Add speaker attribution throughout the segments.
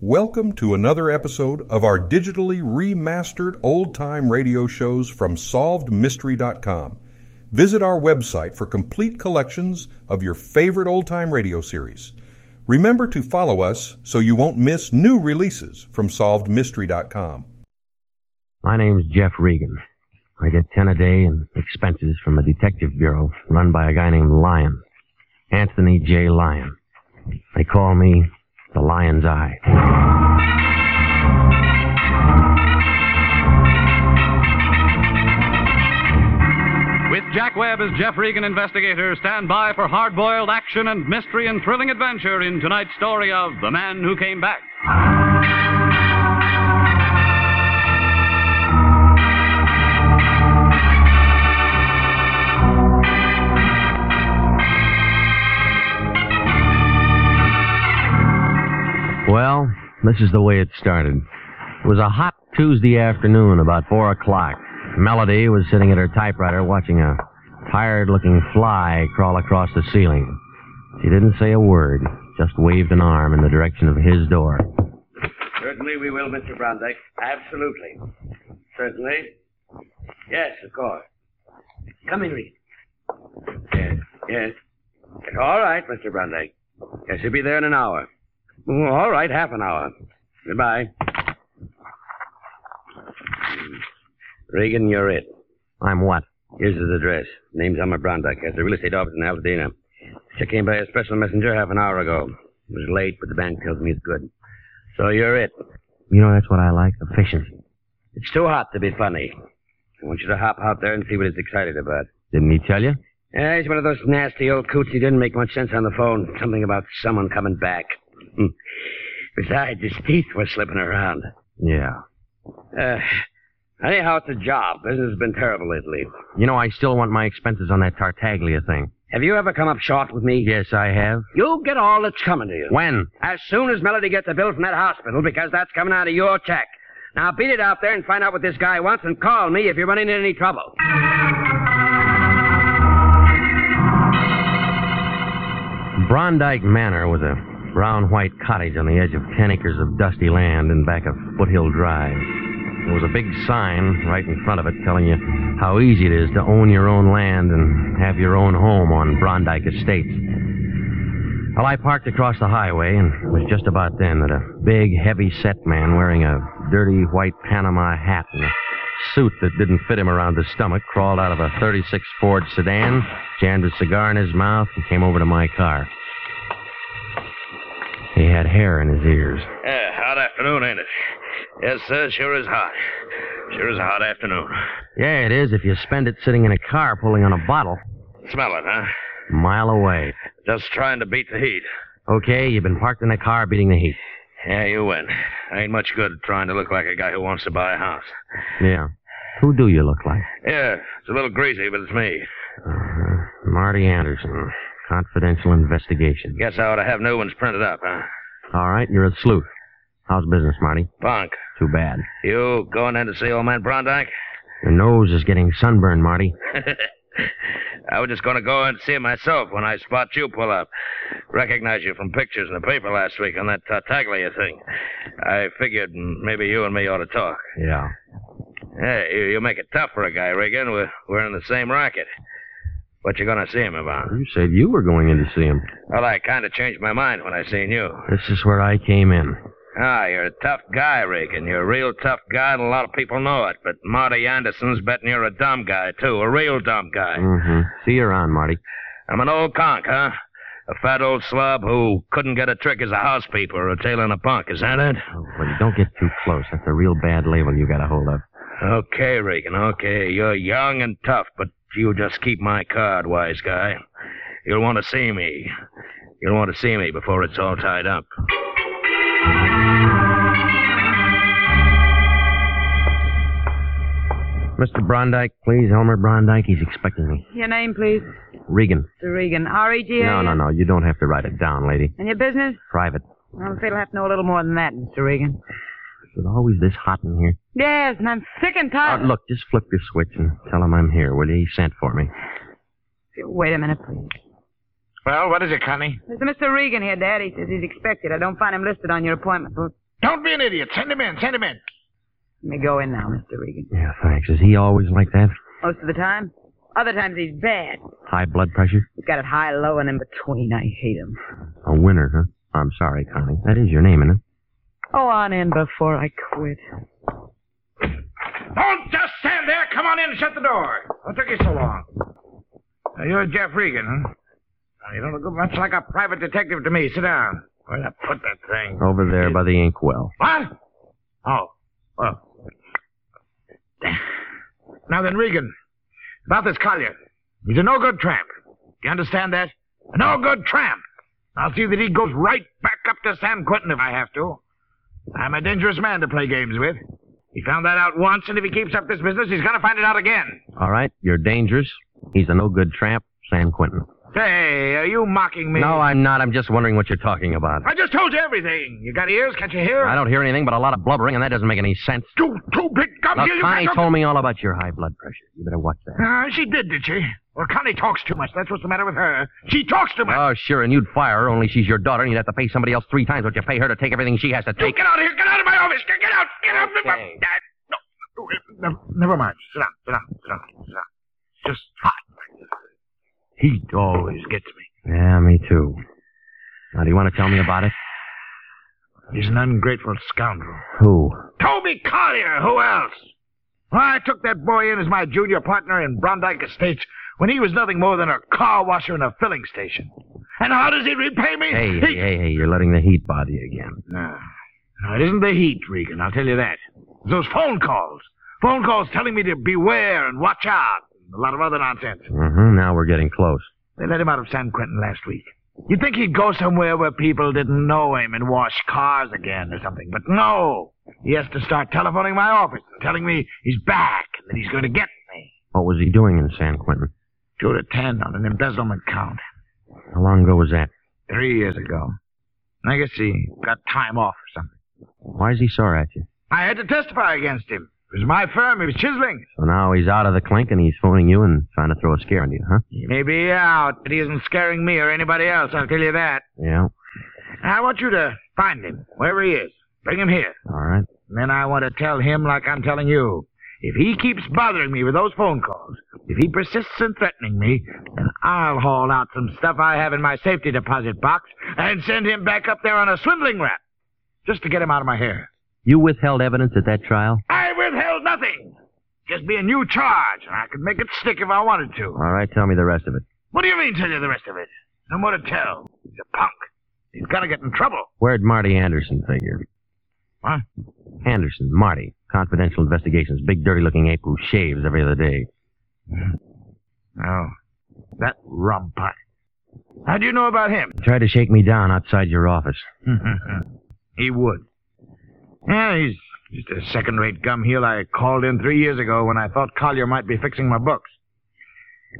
Speaker 1: Welcome to another episode of our digitally remastered old time radio shows from SolvedMystery.com. Visit our website for complete collections of your favorite old time radio series. Remember to follow us so you won't miss new releases from SolvedMystery.com.
Speaker 2: My name's Jeff Regan. I get 10 a day in expenses from a detective bureau run by a guy named Lyon. Anthony J. Lyon. They call me the Lion's Eye.
Speaker 3: With Jack Webb as Jeff Regan investigator, stand by for hard boiled action and mystery and thrilling adventure in tonight's story of The Man Who Came Back.
Speaker 2: Well, this is the way it started. It was a hot Tuesday afternoon, about 4 o'clock. Melody was sitting at her typewriter watching a tired looking fly crawl across the ceiling. She didn't say a word, just waved an arm in the direction of his door.
Speaker 4: Certainly we will, Mr. Brondike. Absolutely. Certainly. Yes, of course. Come in, Reed. Yes, yes. It's all right, Mr. Brondike. Yes, he'll be there in an hour. Oh, All right, half an hour. Goodbye. Regan, you're it.
Speaker 2: I'm what?
Speaker 4: Here's his address. Name's Elmer Brondike. Has a real estate office in Altadena. Check came by a special messenger half an hour ago. It was late, but the bank tells me it's good. So you're it.
Speaker 2: You know, that's what I like efficiency.
Speaker 4: It's too hot to be funny. I want you to hop out there and see what he's excited about.
Speaker 2: Didn't he tell you?
Speaker 4: Yeah, he's one of those nasty old coots who didn't make much sense on the phone. Something about someone coming back. Hmm. Besides, his teeth were slipping around.
Speaker 2: Yeah.
Speaker 4: Uh, anyhow, it's a job. Business has been terrible lately.
Speaker 2: You know, I still want my expenses on that Tartaglia thing.
Speaker 4: Have you ever come up short with me?
Speaker 2: Yes, I have.
Speaker 4: You'll get all that's coming to you.
Speaker 2: When?
Speaker 4: As soon as Melody gets a bill from that hospital, because that's coming out of your check. Now beat it out there and find out what this guy wants and call me if you're running into any trouble.
Speaker 2: Brondike Manor was a brown white cottage on the edge of 10 acres of dusty land in back of Foothill Drive. There was a big sign right in front of it telling you how easy it is to own your own land and have your own home on Brondike Estates. Well, I parked across the highway, and it was just about then that a big, heavy set man wearing a dirty white Panama hat and a suit that didn't fit him around the stomach crawled out of a 36 Ford sedan, jammed a cigar in his mouth, and came over to my car. He had hair in his ears.
Speaker 4: Yeah, Uh, hot afternoon, ain't it? Yes, sir, sure is hot. Sure is a hot afternoon.
Speaker 2: Yeah, it is if you spend it sitting in a car pulling on a bottle
Speaker 4: Smell it, huh?
Speaker 2: a mile away.
Speaker 4: Just trying to beat the heat.
Speaker 2: Okay, you've been parked in a car beating the heat.
Speaker 4: Yeah, you win. Ain't much good trying to look like a guy who wants to buy a house.
Speaker 2: Yeah. Who do you look like?
Speaker 4: Yeah, it's a little greasy, but it's me.
Speaker 2: Uh, Marty Anderson. Confidential investigation.
Speaker 4: Guess I ought to have new ones printed up, huh?
Speaker 2: All right, you're a sleuth. How's business, Marty?
Speaker 4: Bunk,
Speaker 2: Too bad.
Speaker 4: you going in to see old man Brondike?
Speaker 2: Your nose is getting sunburned, Marty.
Speaker 4: I was just going to go in and see him myself when I spot you pull up. Recognize you from pictures in the paper last week on that Tartaglia thing. I figured mm, maybe you and me ought to talk.
Speaker 2: Yeah.
Speaker 4: Hey, you, you make it tough for a guy, Regan. We're, we're in the same racket. What you going to see him about?
Speaker 2: You said you were going in to see him.
Speaker 4: Well, I kind of changed my mind when I seen you.
Speaker 2: This is where I came in.
Speaker 4: Ah, you're a tough guy, Regan. You're a real tough guy, and a lot of people know it. But Marty Anderson's betting you're a dumb guy, too. A real dumb guy.
Speaker 2: Mm-hmm. See you around, Marty.
Speaker 4: I'm an old conk, huh? A fat old slob who couldn't get a trick as a housekeeper or a tail in a punk, is that it?
Speaker 2: Oh, well, you don't get too close. That's a real bad label you got a hold of.
Speaker 4: Okay, Regan, okay. You're young and tough, but you just keep my card, wise guy. You'll want to see me. You'll want to see me before it's all tied up.
Speaker 2: Mr. Brondike, please. Elmer Brondike, he's expecting me.
Speaker 5: Your name, please.
Speaker 2: Regan.
Speaker 5: Mr. Regan. E R-E-G-A.
Speaker 2: No, no, no. You don't have to write it down, lady.
Speaker 5: And your business?
Speaker 2: Private.
Speaker 5: I'm afraid I'll have to know a little more than that, Mr. Regan.
Speaker 2: Is it always this hot in here?
Speaker 5: Yes, and I'm sick and
Speaker 2: Uh,
Speaker 5: tired.
Speaker 2: look, just flip your switch and tell him I'm here, will you? He sent for me.
Speaker 5: Wait a minute, please.
Speaker 6: Well, what is it, Connie?
Speaker 5: There's a Mr. Regan here, Dad. He says he's expected. I don't find him listed on your appointment book.
Speaker 6: Don't be an idiot. Send him in. Send him in.
Speaker 5: Let me go in now, Mr. Regan.
Speaker 2: Yeah, thanks. Is he always like that?
Speaker 5: Most of the time. Other times he's bad.
Speaker 2: High blood pressure?
Speaker 5: He's got it high, low, and in between. I hate him.
Speaker 2: A winner, huh? I'm sorry, Connie. That is your name, isn't it?
Speaker 5: Oh, on in before I quit.
Speaker 6: Don't just stand there. Come on in and shut the door. What took you so long? Now, you're Jeff Regan, huh? Now, you don't look much like a private detective to me. Sit down. Where'd I put that thing?
Speaker 2: Over there by the inkwell.
Speaker 6: What? Oh, well. Now then, Regan, about this Collier. He's a no-good tramp. You understand that? A no-good tramp. I'll see that he goes right back up to San Quentin if I have to. I'm a dangerous man to play games with. He found that out once, and if he keeps up this business, he's gonna find it out again.
Speaker 2: All right, you're dangerous. He's a no good tramp, San Quentin.
Speaker 6: Hey, are you mocking me?
Speaker 2: No, I'm not. I'm just wondering what you're talking about.
Speaker 6: I just told you everything. You got ears? Can't you hear?
Speaker 2: I don't hear anything but a lot of blubbering, and that doesn't make any sense.
Speaker 6: Two, two big gums.
Speaker 2: Look,
Speaker 6: you- you
Speaker 2: Connie
Speaker 6: got-
Speaker 2: told me all about your high blood pressure. You better watch that.
Speaker 6: Uh, she did, did she? Well, Connie talks too much. That's what's the matter with her. She talks too much.
Speaker 2: Oh, sure, and you'd fire her, only she's your daughter, and you'd have to pay somebody else three times what you pay her to take everything she has to
Speaker 6: You
Speaker 2: take.
Speaker 6: get out of here. Get out of my office. Get get out. Get out.
Speaker 2: Okay.
Speaker 6: Uh, no, no, never, never mind. Sit down. Sit down. Sit down. Sit down. Just hot. Heat always gets me.
Speaker 2: Yeah, me too. Now, do you want to tell me about it?
Speaker 6: He's an ungrateful scoundrel.
Speaker 2: Who?
Speaker 6: Toby Collier. Who else? Well, I took that boy in as my junior partner in Brondike Estates when he was nothing more than a car washer in a filling station. And how does he repay me?
Speaker 2: Hey,
Speaker 6: He-
Speaker 2: hey, hey, hey, you're letting the heat bother you again.
Speaker 6: No. No, it isn't the heat, Regan. I'll tell you that. It's those phone calls. Phone calls telling me to beware and watch out. and A lot of other nonsense.
Speaker 2: Mm-hmm, now we're getting close.
Speaker 6: They let him out of San Quentin last week. You'd think he'd go somewhere where people didn't know him and wash cars again or something, but no. He has to start telephoning my office and telling me he's back and that he's going to get me.
Speaker 2: What was he doing in San Quentin?
Speaker 6: Two to ten on an embezzlement count.
Speaker 2: How long ago was that?
Speaker 6: Three years ago. I guess he got time off or something.
Speaker 2: Why is he sore at you?
Speaker 6: I had to testify against him. It was my firm. He was chiseling.
Speaker 2: So now he's out of the clink and he's phoning you and trying to throw a scare on you, huh?
Speaker 6: He may be out, but he isn't scaring me or anybody else, I'll tell you that.
Speaker 2: Yeah.
Speaker 6: I want you to find him, wherever he is. Bring him here.
Speaker 2: All right.
Speaker 6: And then I want to tell him like I'm telling you. If he keeps bothering me with those phone calls, if he persists in threatening me, then I'll haul out some stuff I have in my safety deposit box and send him back up there on a swindling rap. Just to get him out of my hair.
Speaker 2: You withheld evidence at that trial?
Speaker 6: I withheld nothing. Just be a new charge, and I could make it stick if I wanted to.
Speaker 2: All right, tell me the rest of it.
Speaker 6: What do you mean, tell you the rest of it? No more to tell. He's a punk. He's gonna get in trouble.
Speaker 2: Where'd Marty Anderson figure?
Speaker 6: What?
Speaker 2: Anderson, Marty. Confidential investigations. Big, dirty looking ape who shaves every other day.
Speaker 6: Oh. That rumpike. How do you know about him?
Speaker 2: Tried to shake me down outside your office.
Speaker 6: he would. Yeah, he's just a second rate gum heel I called in three years ago when I thought Collier might be fixing my books.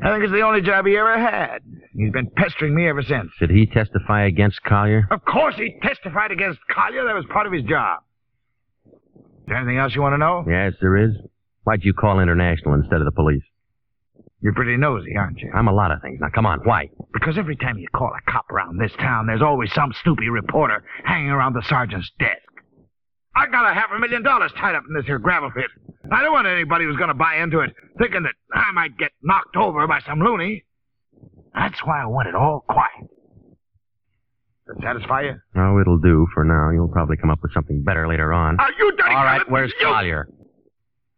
Speaker 6: I think it's the only job he ever had. He's been pestering me ever since. Oh,
Speaker 2: Did he testify against Collier?
Speaker 6: Of course he testified against Collier. That was part of his job. Is there anything else you want to know?
Speaker 2: Yes, there is. Why'd you call International instead of the police?
Speaker 6: You're pretty nosy, aren't you?
Speaker 2: I'm a lot of things. Now, come on, why?
Speaker 6: Because every time you call a cop around this town, there's always some stoopy reporter hanging around the sergeant's desk. I got a half a million dollars tied up in this here gravel pit. I don't want anybody who's going to buy into it thinking that I might get knocked over by some loony. That's why I want it all quiet. Does that satisfy you?
Speaker 2: Oh, it'll do for now. You'll probably come up with something better later on.
Speaker 6: Are you dirty?
Speaker 2: All right,
Speaker 6: colored-
Speaker 2: where's
Speaker 6: you-
Speaker 2: Collier?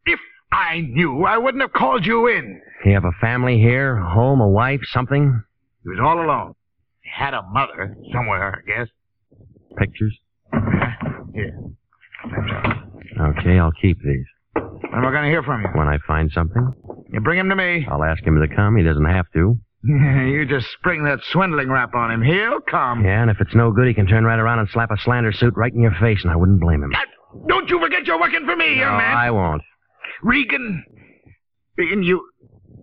Speaker 6: If I knew, I wouldn't have called you in.
Speaker 2: You have a family here, a home, a wife, something?
Speaker 6: He was all alone. He had a mother somewhere, I guess.
Speaker 2: Pictures?
Speaker 6: Here.
Speaker 2: Okay, I'll keep these.
Speaker 6: When am I going to hear from you?
Speaker 2: When I find something,
Speaker 6: You bring him to me.
Speaker 2: I'll ask him to come. He doesn't have to.
Speaker 6: you just spring that swindling rap on him. He'll come.
Speaker 2: Yeah, and if it's no good, he can turn right around and slap a slander suit right in your face, and I wouldn't blame him.
Speaker 6: God, Don't you forget you're working for me,
Speaker 2: No,
Speaker 6: young man.
Speaker 2: I won't.
Speaker 6: Regan. Regan, you.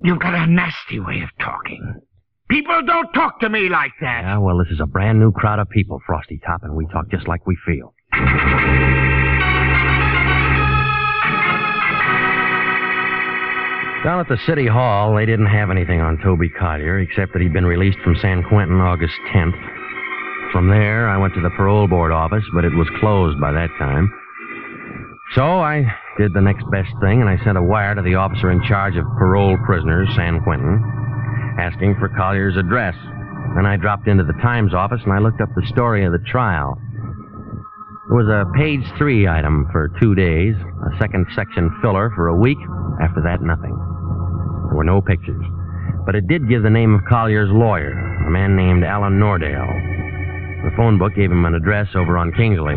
Speaker 6: You've got a nasty way of talking. People don't talk to me like that.
Speaker 2: Yeah, well, this is a brand new crowd of people, Frosty Top, and we talk just like we feel. Down at the City Hall, they didn't have anything on Toby Collier except that he'd been released from San Quentin August 10th. From there, I went to the parole board office, but it was closed by that time. So I did the next best thing, and I sent a wire to the officer in charge of parole prisoners, San Quentin, asking for Collier's address. Then I dropped into the Times office and I looked up the story of the trial. It was a page three item for two days, a second section filler for a week. After that, nothing. There were no pictures. But it did give the name of Collier's lawyer, a man named Alan Nordale. The phone book gave him an address over on Kingsley.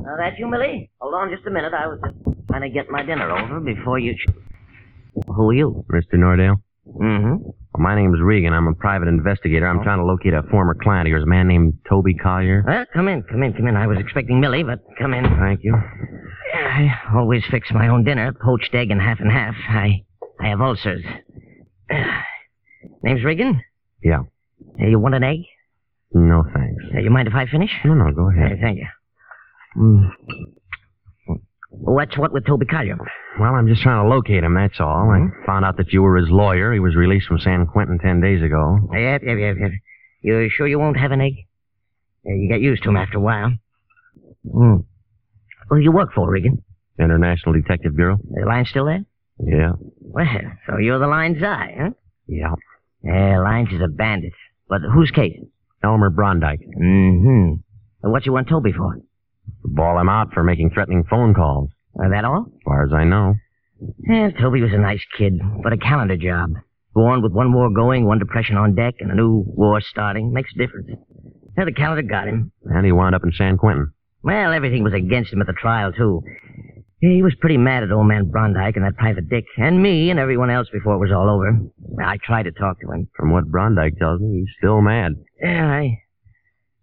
Speaker 7: Now that you, Millie? Hold on just a minute. I was just trying to get my dinner over before you. Who are you?
Speaker 2: Mr. Nordale?
Speaker 7: Mm-hmm.
Speaker 2: Well, my name's Regan. I'm a private investigator. I'm trying to locate a former client of yours, a man named Toby Collier.
Speaker 7: Well, come in, come in, come in. I was expecting Millie, but come in.
Speaker 2: Thank you.
Speaker 7: I always fix my own dinner, poached egg and half and half. I, I have ulcers. Name's Regan.
Speaker 2: Yeah.
Speaker 7: Uh, You want an egg?
Speaker 2: No, thanks.
Speaker 7: Uh, You mind if I finish?
Speaker 2: No, no, go
Speaker 7: Uh,
Speaker 2: ahead. Mm.
Speaker 7: thank you. Mm. What's what with Toby Collier?
Speaker 2: Well, I'm just trying to locate him, that's all. I found out that you were his lawyer. He was released from San Quentin ten days ago.
Speaker 7: Yep, yep, yep, yep. You sure you won't have an egg? Yeah, You get used to 'em after a while. Hmm. Who you work for, Regan?
Speaker 2: International Detective Bureau?
Speaker 7: The line still there?
Speaker 2: Yeah.
Speaker 7: Well, so you're the line's eye, huh?
Speaker 2: Yeah.
Speaker 7: Yeah, Lines is a bandit. But whose case?
Speaker 2: Elmer Brondike.
Speaker 7: Mm-hmm. What you want Toby for?
Speaker 2: Ball him out for making threatening phone calls,
Speaker 7: Uh, that all?
Speaker 2: as far as I know.
Speaker 7: Yeah, Toby was a nice kid, but a calendar job. Born with one war going, one depression on deck, and a new war starting. Makes a difference. Yeah, the calendar got him.
Speaker 2: And he wound up in San Quentin.
Speaker 7: Well, everything was against him at the trial, too. He was pretty mad at old man Brondike and that private dick, and me and everyone else before it was all over. I tried to talk to him.
Speaker 2: From what Brondike tells me, he's still mad.
Speaker 7: Yeah, I,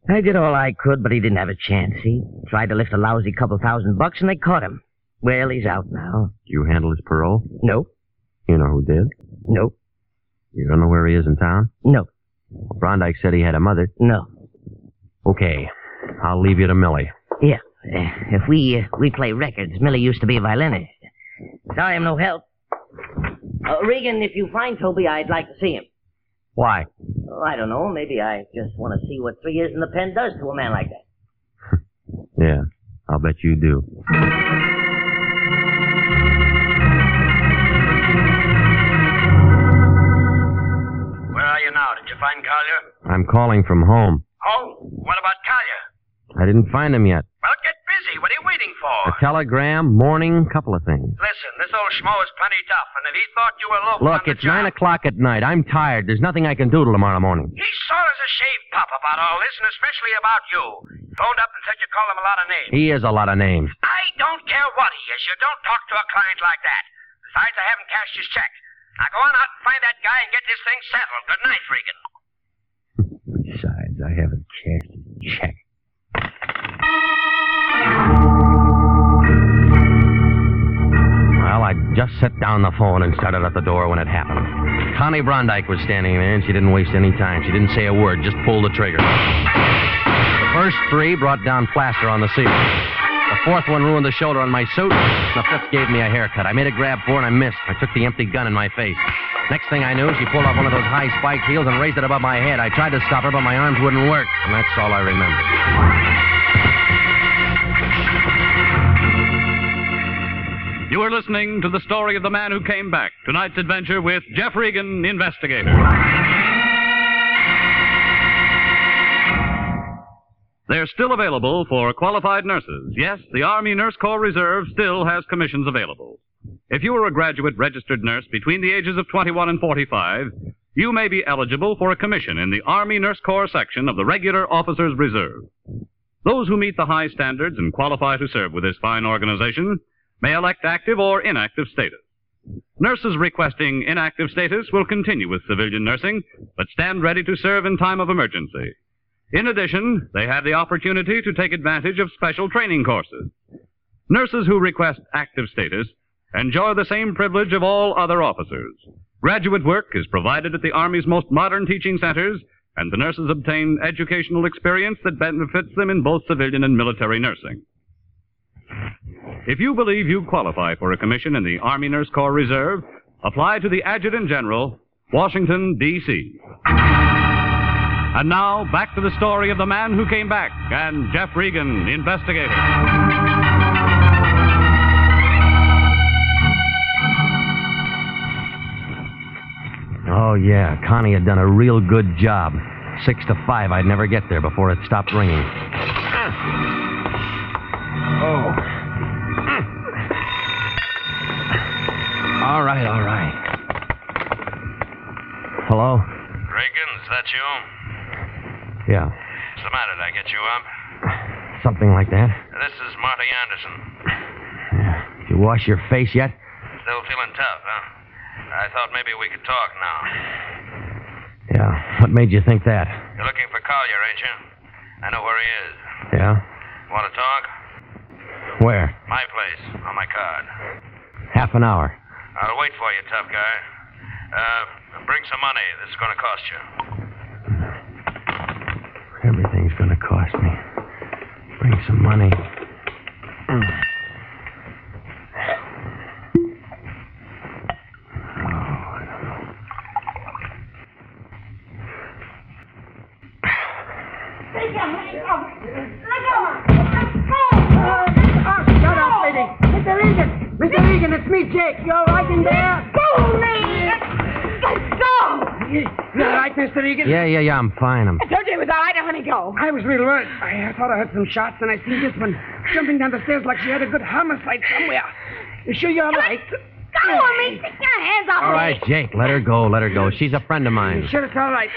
Speaker 7: I did all I could, but he didn't have a chance. He tried to lift a lousy couple thousand bucks, and they caught him. Well, he's out now.
Speaker 2: Did you handle his parole?
Speaker 7: Nope,
Speaker 2: You know who did.
Speaker 7: nope,
Speaker 2: You don't know where he is in town?
Speaker 7: no,
Speaker 2: Brondike said he had a mother.
Speaker 7: no.
Speaker 2: Okay. I'll leave you to Millie.
Speaker 7: Yeah, eh, if we uh, we play records, Millie used to be a violinist. Sorry, I'm no help. Uh, Regan, if you find Toby, I'd like to see him.
Speaker 2: Why?
Speaker 7: Oh, I don't know. Maybe I just want to see what three years in the pen does to a man like that.
Speaker 2: Yeah, I'll bet you do.
Speaker 4: Where are you now? Did you find Collier?
Speaker 2: I'm calling from home.
Speaker 4: Oh, what about Collier?
Speaker 2: I didn't find him yet.
Speaker 4: Well, get busy. What are you waiting
Speaker 2: A
Speaker 4: for?
Speaker 2: telegram, morning, couple of things.
Speaker 4: Listen, this old schmo is plenty tough, and if he thought you were local
Speaker 2: Look,
Speaker 4: on the
Speaker 2: it's nine
Speaker 4: job-
Speaker 2: o'clock at night. I'm tired. There's nothing I can do till tomorrow morning.
Speaker 4: He's sore as a shave pup about all this, and especially about you. Phoned up and said you called him a lot of names.
Speaker 2: He is a lot of names.
Speaker 4: I don't care what he is. You don't talk to a client like that. Besides, I haven't cashed his check. Now go on out and find that guy and get this thing settled. Good night, Regan.
Speaker 2: Besides, I haven't cashed a check. Well, I just set down the phone and started at the door when it happened. Connie Brondike was standing there, and she didn't waste any time. She didn't say a word, just pulled the trigger. The first three brought down plaster on the ceiling. The fourth one ruined the shoulder on my suit. The fifth gave me a haircut. I made a grab for it and I missed. I took the empty gun in my face. Next thing I knew, she pulled off one of those high spike heels and raised it above my head. I tried to stop her, but my arms wouldn't work, and that's all I remember.
Speaker 3: You are listening to the story of the man who came back. Tonight's adventure with Jeff Regan, investigator. They're still available for qualified nurses. Yes, the Army Nurse Corps Reserve still has commissions available. If you are a graduate registered nurse between the ages of 21 and 45, you may be eligible for a commission in the Army Nurse Corps section of the Regular Officers Reserve. Those who meet the high standards and qualify to serve with this fine organization may elect active or inactive status. Nurses requesting inactive status will continue with civilian nursing, but stand ready to serve in time of emergency. In addition, they have the opportunity to take advantage of special training courses. Nurses who request active status enjoy the same privilege of all other officers. Graduate work is provided at the Army's most modern teaching centers, and the nurses obtain educational experience that benefits them in both civilian and military nursing. If you believe you qualify for a commission in the Army Nurse Corps Reserve, apply to the Adjutant General, Washington, D.C. And now, back to the story of the man who came back and Jeff Regan, investigator.
Speaker 2: Oh, yeah. Connie had done a real good job. Six to five, I'd never get there before it stopped ringing.
Speaker 6: Oh.
Speaker 2: All right, all right. Hello?
Speaker 8: Reagan, is that you?
Speaker 2: Yeah,
Speaker 8: What's the matter? Did I get you up?
Speaker 2: something like that.
Speaker 8: This is Marty Anderson.
Speaker 2: You wash your face yet?
Speaker 8: Still feeling tough, huh? I thought maybe we could talk now.
Speaker 2: Yeah. What made you think that?
Speaker 8: You're looking for Collier, ain't you? I know where he is.
Speaker 2: Yeah?
Speaker 8: Want to talk?
Speaker 2: Where?
Speaker 8: My place, on my card.
Speaker 2: Half an hour.
Speaker 8: I'll wait for you, tough guy. Uh, bring some money. This is going to cost you.
Speaker 2: Everything's gonna cost me. Bring some money.
Speaker 9: Take your hands off. Let go. Let go. Oh, shut up, lady.
Speaker 5: Mr. Regan! Mr. Regan, it's me, Jake. You all right in there?
Speaker 9: Go, me. Let go.
Speaker 5: You all right, Mr. Regan?
Speaker 2: Yeah, yeah, yeah. I'm fine. I'm.
Speaker 9: I told you it was all right. Honey, go.
Speaker 5: I was real worried. I thought I heard some shots, and I see this one jumping down the stairs like she had a good homicide somewhere. You sure you're all right?
Speaker 9: Go on me. Take your hands off
Speaker 2: All right,
Speaker 9: me.
Speaker 2: Jake. Let her go. Let her go. She's a friend of mine.
Speaker 5: Sure, it's all right.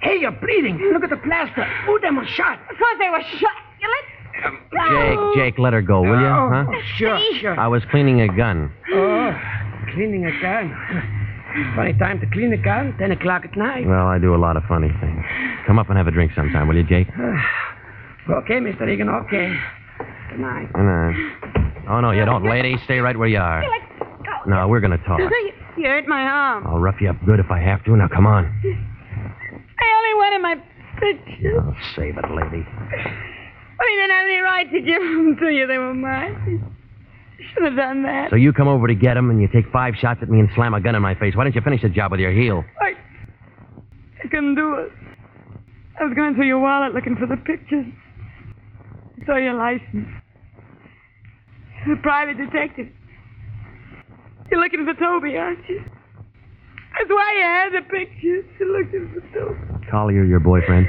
Speaker 5: Hey, you're bleeding. Look at the plaster. Ooh, them was shot. Um,
Speaker 9: Of course they were shot. Oh. You let
Speaker 2: Jake,
Speaker 9: go.
Speaker 2: Jake, let her go, will you? Huh?
Speaker 5: Oh, Sure,
Speaker 9: See?
Speaker 5: sure.
Speaker 2: I was cleaning a gun.
Speaker 5: Oh, cleaning a gun. Funny time to clean a gun. Ten o'clock at night.
Speaker 2: Well, I do a lot of funny things. Come up and have a drink sometime, will you, Jake?
Speaker 5: Okay, Mr. Regan. Okay. Good night.
Speaker 2: And, uh, oh, no, you don't, lady. Stay right where you are.
Speaker 9: You let go.
Speaker 2: No, we're going to talk.
Speaker 9: You, you hurt my arm.
Speaker 2: I'll rough you up good if I have to. Now, come on.
Speaker 9: I only wanted my pictures.
Speaker 2: Oh, save it, lady.
Speaker 5: Oh,
Speaker 9: We didn't have any right to give them to you. They were mine. Should have done that.
Speaker 2: So you come over to get him, and you take five shots at me and slam a gun in my face. Why don't you finish the job with your heel?
Speaker 9: I, I couldn't do it. I was going through your wallet looking for the pictures. I saw your license. You're a private detective. You're looking for Toby, aren't you? That's why you had the pictures. You're looking for Toby.
Speaker 2: Collier, your boyfriend.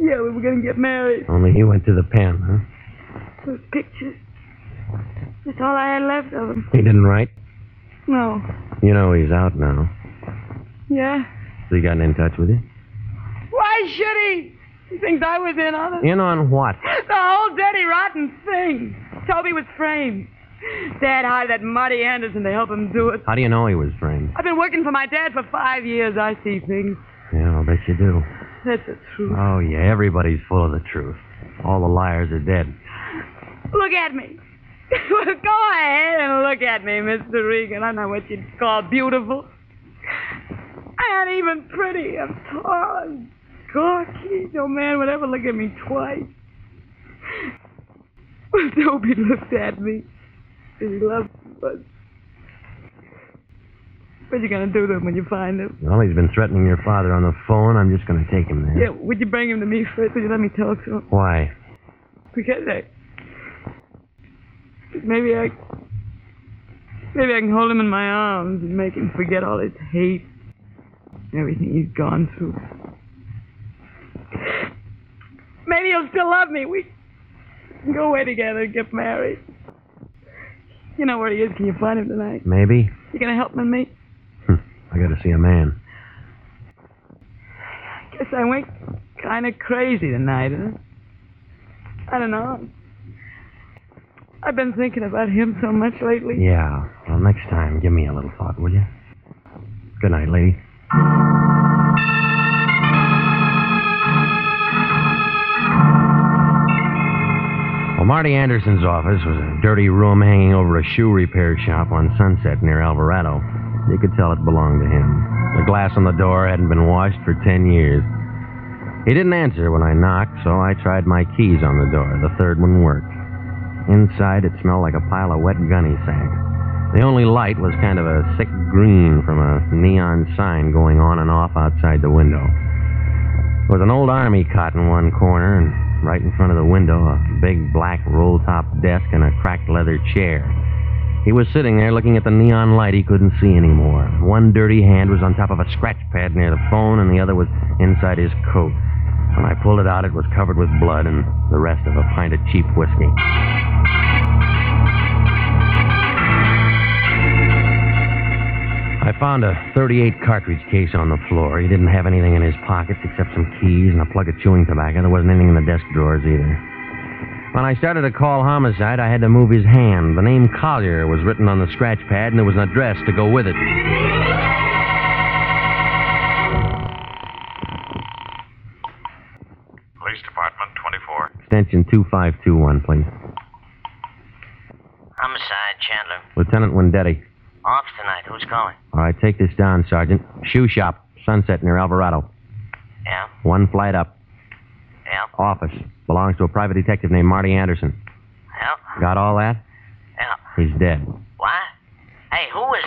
Speaker 9: Yeah, we were going to get married.
Speaker 2: Only he went to the pen, huh?
Speaker 9: Those pictures. That's all I had left of them.
Speaker 2: He didn't write.
Speaker 9: No.
Speaker 2: You know he's out now.
Speaker 9: Yeah.
Speaker 2: Has he gotten in touch with you?
Speaker 9: Why should he? He thinks I was in on it.
Speaker 2: In on what?
Speaker 9: The whole dirty, rotten thing. Toby was framed. Dad hired that Marty Anderson to help him do it.
Speaker 2: How do you know he was framed?
Speaker 9: I've been working for my dad for five years. I see things.
Speaker 2: Yeah, I'll bet you do.
Speaker 9: That's the truth.
Speaker 2: Oh, yeah, everybody's full of the truth. All the liars are dead.
Speaker 9: Look at me. Well, Go ahead and look at me, Mr. Regan. I know what you'd call beautiful. I ain't even pretty. I'm tall. I'm gawky. No man would ever look at me twice. Well, Toby looked at me. He loved me, but... What you gonna do to him when you find him?
Speaker 2: Well, he's been threatening your father on the phone. I'm just going to take him there.
Speaker 9: Yeah, would you bring him to me first? Would you let me talk to him?
Speaker 2: Why?
Speaker 9: Because I. Maybe I. Maybe I can hold him in my arms and make him forget all his hate, everything he's gone through. Maybe he'll still love me. We can go away together and get married. You know where he is. Can you find him tonight?
Speaker 2: Maybe?
Speaker 9: You gonna help him, mate?
Speaker 2: Hm, I got to see a man.
Speaker 9: Guess I went kind of crazy tonight, huh? I don't know. I've been thinking about him so much lately.
Speaker 2: Yeah. Well, next time, give me a little thought, will you? Good night, lady. Well, Marty Anderson's office was a dirty room hanging over a shoe repair shop on Sunset near Alvarado. You could tell it belonged to him. The glass on the door hadn't been washed for ten years. He didn't answer when I knocked, so I tried my keys on the door. The third one worked. Inside, it smelled like a pile of wet gunny sacks. The only light was kind of a sick green from a neon sign going on and off outside the window. There was an old army cot in one corner, and right in front of the window, a big black roll top desk and a cracked leather chair. He was sitting there looking at the neon light he couldn't see anymore. One dirty hand was on top of a scratch pad near the phone, and the other was inside his coat. When I pulled it out, it was covered with blood and the rest of a pint of cheap whiskey. I found a 38 cartridge case on the floor. He didn't have anything in his pockets except some keys and a plug of chewing tobacco. There wasn't anything in the desk drawers either. When I started to call homicide, I had to move his hand. The name Collier was written on the scratch pad, and there was an address to go with it.
Speaker 8: Police Department 24.
Speaker 2: Extension 2521, please.
Speaker 7: Homicide, Chandler.
Speaker 2: Lieutenant Wendetti.
Speaker 7: Off tonight. Who's calling?
Speaker 2: All right, take this down, Sergeant. Shoe shop, Sunset near Alvarado.
Speaker 7: Yeah?
Speaker 2: One flight up.
Speaker 7: Yeah?
Speaker 2: Office. Belongs to a private detective named Marty Anderson.
Speaker 7: Yeah?
Speaker 2: Got all that?
Speaker 7: Yeah.
Speaker 2: He's dead.
Speaker 7: What? Hey, who is.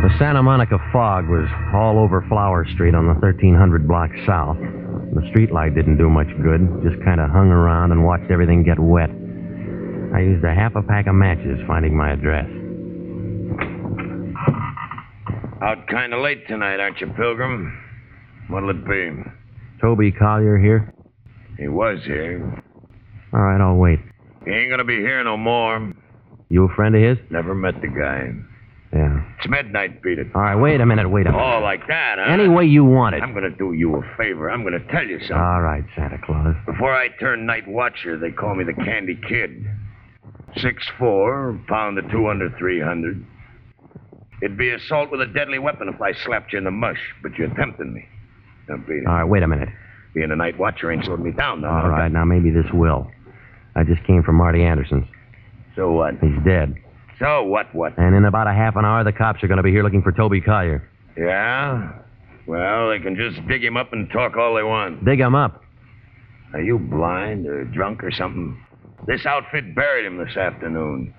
Speaker 2: The Santa Monica fog was all over Flower Street on the 1300 block south. The streetlight didn't do much good, just kind of hung around and watched everything get wet. I used a half a pack of matches finding my address.
Speaker 8: Out kind of late tonight, aren't you, Pilgrim? What'll it be?
Speaker 2: Toby Collier here?
Speaker 8: He was here.
Speaker 2: All right, I'll wait.
Speaker 8: He ain't gonna be here no more.
Speaker 2: You a friend of his?
Speaker 8: Never met the guy.
Speaker 2: Yeah.
Speaker 8: It's midnight, beat it.
Speaker 2: All right, wait a minute, wait a minute.
Speaker 8: Oh, like that, huh?
Speaker 2: Any way you want it.
Speaker 8: I'm gonna do you a favor. I'm gonna tell you something.
Speaker 2: All right, Santa Claus.
Speaker 8: Before I turned night watcher, they call me the Candy Kid. Six four, pound of two under three hundred. It'd be assault with a deadly weapon if I slapped you in the mush, but you're tempting me. Now, beat it.
Speaker 2: All right, wait a minute.
Speaker 8: Being a night watcher ain't slowed me down, though.
Speaker 2: All right, now maybe this will. I just came from Marty Anderson's.
Speaker 8: So what?
Speaker 2: He's dead.
Speaker 8: So what? What?
Speaker 2: And in about a half an hour, the cops are going to be here looking for Toby Collier.
Speaker 8: Yeah. Well, they can just dig him up and talk all they want.
Speaker 2: Dig him up.
Speaker 8: Are you blind or drunk or something? This outfit buried him this afternoon.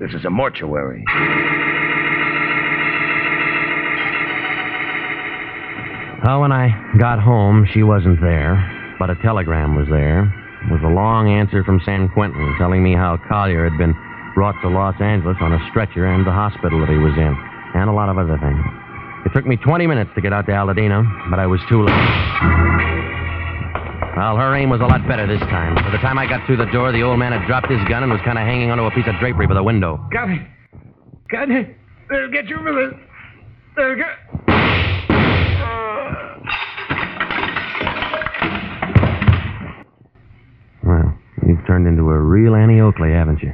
Speaker 8: This is a mortuary.
Speaker 2: Well, when I got home, she wasn't there, but a telegram was there. It was a long answer from San Quentin telling me how Collier had been brought to Los Angeles on a stretcher and the hospital that he was in, and a lot of other things. It took me 20 minutes to get out to Aladino, but I was too late. Well, her aim was a lot better this time. By the time I got through the door, the old man had dropped his gun and was kind of hanging onto a piece of drapery by the window.
Speaker 6: Got it. Got it. They'll get you, Miller. They'll get.
Speaker 2: Well, you've turned into a real Annie Oakley, haven't you?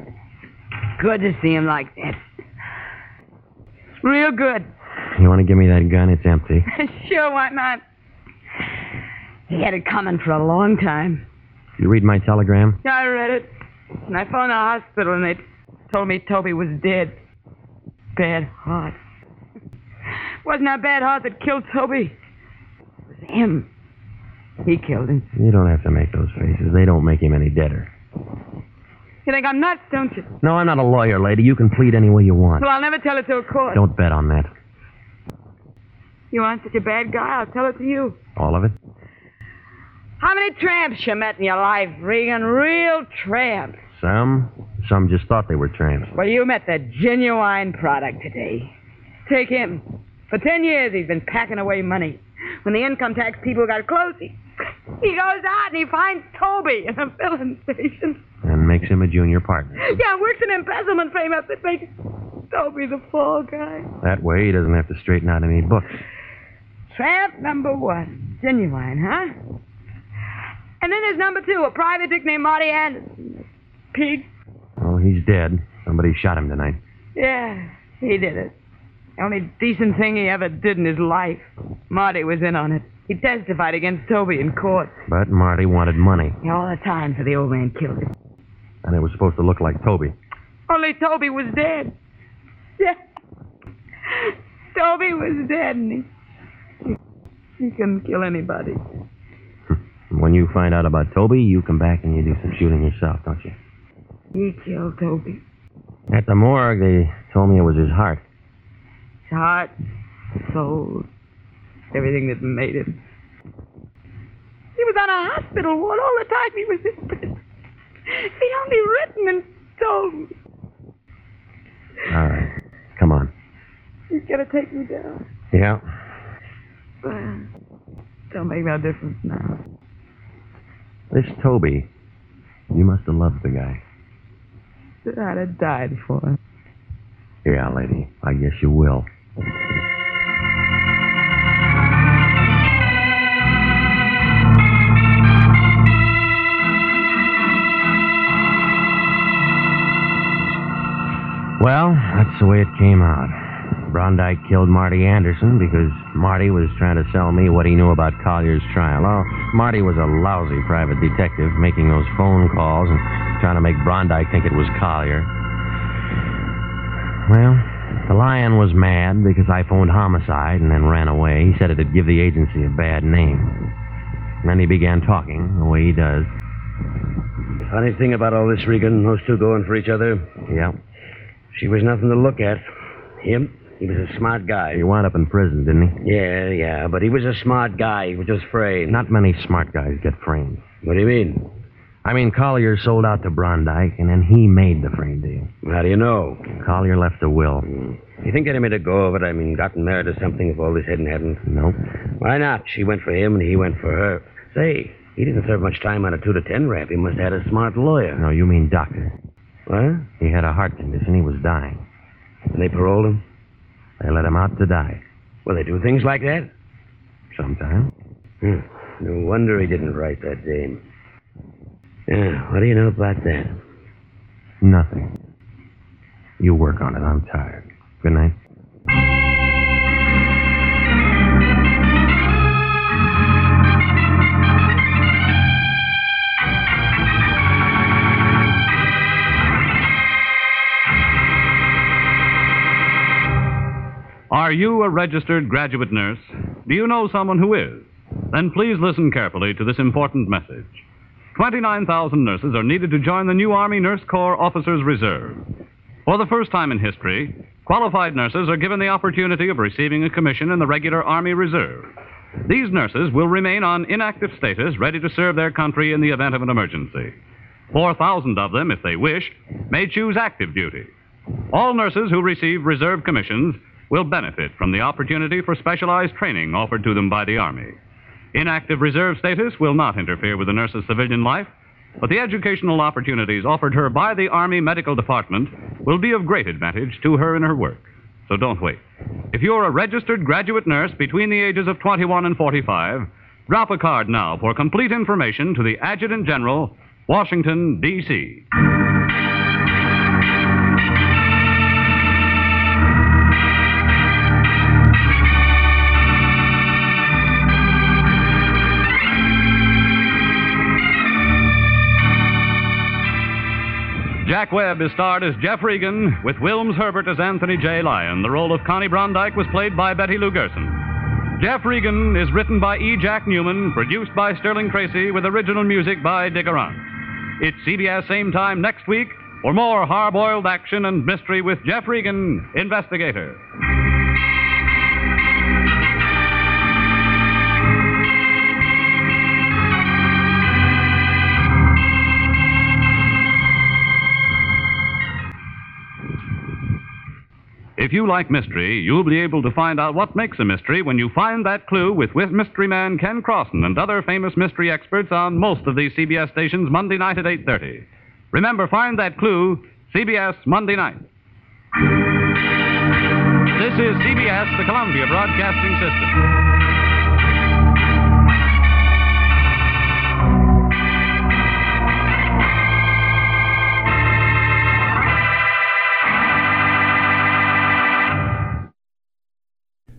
Speaker 9: Good to see him like that. Real good.
Speaker 2: You want to give me that gun? It's empty.
Speaker 9: sure, why not? He had it coming for a long time.
Speaker 2: You read my telegram?
Speaker 9: I read it. And I phoned the hospital and they told me Toby was dead. Bad heart. Wasn't that bad heart that killed Toby? It was him. He killed him.
Speaker 2: You don't have to make those faces. They don't make him any deader.
Speaker 9: You think I'm nuts, don't you?
Speaker 2: No, I'm not a lawyer, lady. You can plead any way you want.
Speaker 9: Well, I'll never tell it to a court.
Speaker 2: Don't bet on that.
Speaker 9: You aren't such a bad guy, I'll tell it to you.
Speaker 2: All of it?
Speaker 9: How many tramps you met in your life, Regan? Real tramps.
Speaker 2: Some. Some just thought they were tramps.
Speaker 9: Well, you met the genuine product today. Take him. For ten years, he's been packing away money. When the income tax people got close, he, he goes out and he finds Toby in a filling station.
Speaker 2: And makes him a junior partner.
Speaker 9: Yeah, works an embezzlement frame up that makes Toby the fall guy.
Speaker 2: That way he doesn't have to straighten out any books.
Speaker 9: Tramp number one. Genuine, huh? And then there's number two, a private dick named Marty Anderson. Pete?
Speaker 2: Well, he's dead. Somebody shot him tonight.
Speaker 9: Yeah, he did it. The only decent thing he ever did in his life. Marty was in on it. He testified against Toby in court.
Speaker 2: But Marty wanted money,
Speaker 9: Yeah, All the time for the old man killed him.
Speaker 2: and it was supposed to look like Toby.
Speaker 9: Only Toby was dead. Yeah. Toby was dead, and he, he, he couldn't kill anybody.
Speaker 2: When you find out about Toby, you come back and you do some shooting yourself, don't you?
Speaker 9: He killed Toby.
Speaker 2: At the morgue, they told me it was his heart.
Speaker 9: His heart, soul, everything that made him. He was on a hospital ward all the time he was in prison. He only written and told me.
Speaker 2: All right. Come on.
Speaker 9: He's gonna take me down.
Speaker 2: Yeah.
Speaker 9: Don't make no difference now.
Speaker 2: This Toby, you must have loved the guy.
Speaker 9: I'd have died for him.
Speaker 2: Yeah, lady. I guess you will. Well, that's the way it came out. Brondike killed Marty Anderson because Marty was trying to sell me what he knew about Collier's trial. Oh, Marty was a lousy private detective making those phone calls and trying to make Brondike think it was Collier. Well, the lion was mad because I phoned homicide and then ran away. He said it'd give the agency a bad name. And then he began talking the way he does.
Speaker 10: Funny thing about all this, Regan, those two going for each other.
Speaker 2: Yeah.
Speaker 10: She was nothing to look at. Him, he was a smart guy.
Speaker 2: He wound up in prison, didn't he?
Speaker 10: Yeah, yeah, but he was a smart guy. He was just framed.
Speaker 2: Not many smart guys get framed.
Speaker 10: What do you mean?
Speaker 2: I mean, Collier sold out to Brondike, and then he made the frame deal.
Speaker 10: How do you know?
Speaker 2: Collier left a will.
Speaker 10: You think they'd have made a go of it? I mean, gotten married or something if all this hadn't happened?
Speaker 2: Nope.
Speaker 10: Why not? She went for him, and he went for her. Say, he didn't serve much time on a two to ten rap. He must have had a smart lawyer.
Speaker 2: No, you mean doctor.
Speaker 10: What?
Speaker 2: He had a heart condition. He was dying.
Speaker 10: And they paroled him?
Speaker 2: They let him out to die.
Speaker 10: Well, they do things like that?
Speaker 2: Sometimes.
Speaker 10: Hmm. No wonder he didn't write that dame. Yeah, what do you know about that?
Speaker 2: Nothing. You work on it. I'm tired. Good night.
Speaker 3: Are you a registered graduate nurse? Do you know someone who is? Then please listen carefully to this important message. 29,000 nurses are needed to join the new Army Nurse Corps Officers Reserve. For the first time in history, qualified nurses are given the opportunity of receiving a commission in the regular Army Reserve. These nurses will remain on inactive status, ready to serve their country in the event of an emergency. 4,000 of them, if they wish, may choose active duty. All nurses who receive reserve commissions will benefit from the opportunity for specialized training offered to them by the Army. Inactive reserve status will not interfere with a nurse's civilian life, but the educational opportunities offered her by the Army Medical Department will be of great advantage to her in her work. So don't wait. If you're a registered graduate nurse between the ages of 21 and 45, drop a card now for complete information to the Adjutant General, Washington, D.C. Jack Webb is starred as Jeff Regan, with Wilms Herbert as Anthony J. Lyon. The role of Connie Brondike was played by Betty Lou Gerson. Jeff Regan is written by E. Jack Newman, produced by Sterling Tracy, with original music by Dick Arant. It's CBS same time next week for more hard-boiled action and mystery with Jeff Regan, investigator. If you like mystery, you'll be able to find out what makes a mystery when you find that clue with, with mystery man Ken Crossan and other famous mystery experts on most of these CBS stations Monday night at 8:30. Remember, find that clue CBS Monday night. This is CBS, the Columbia Broadcasting System.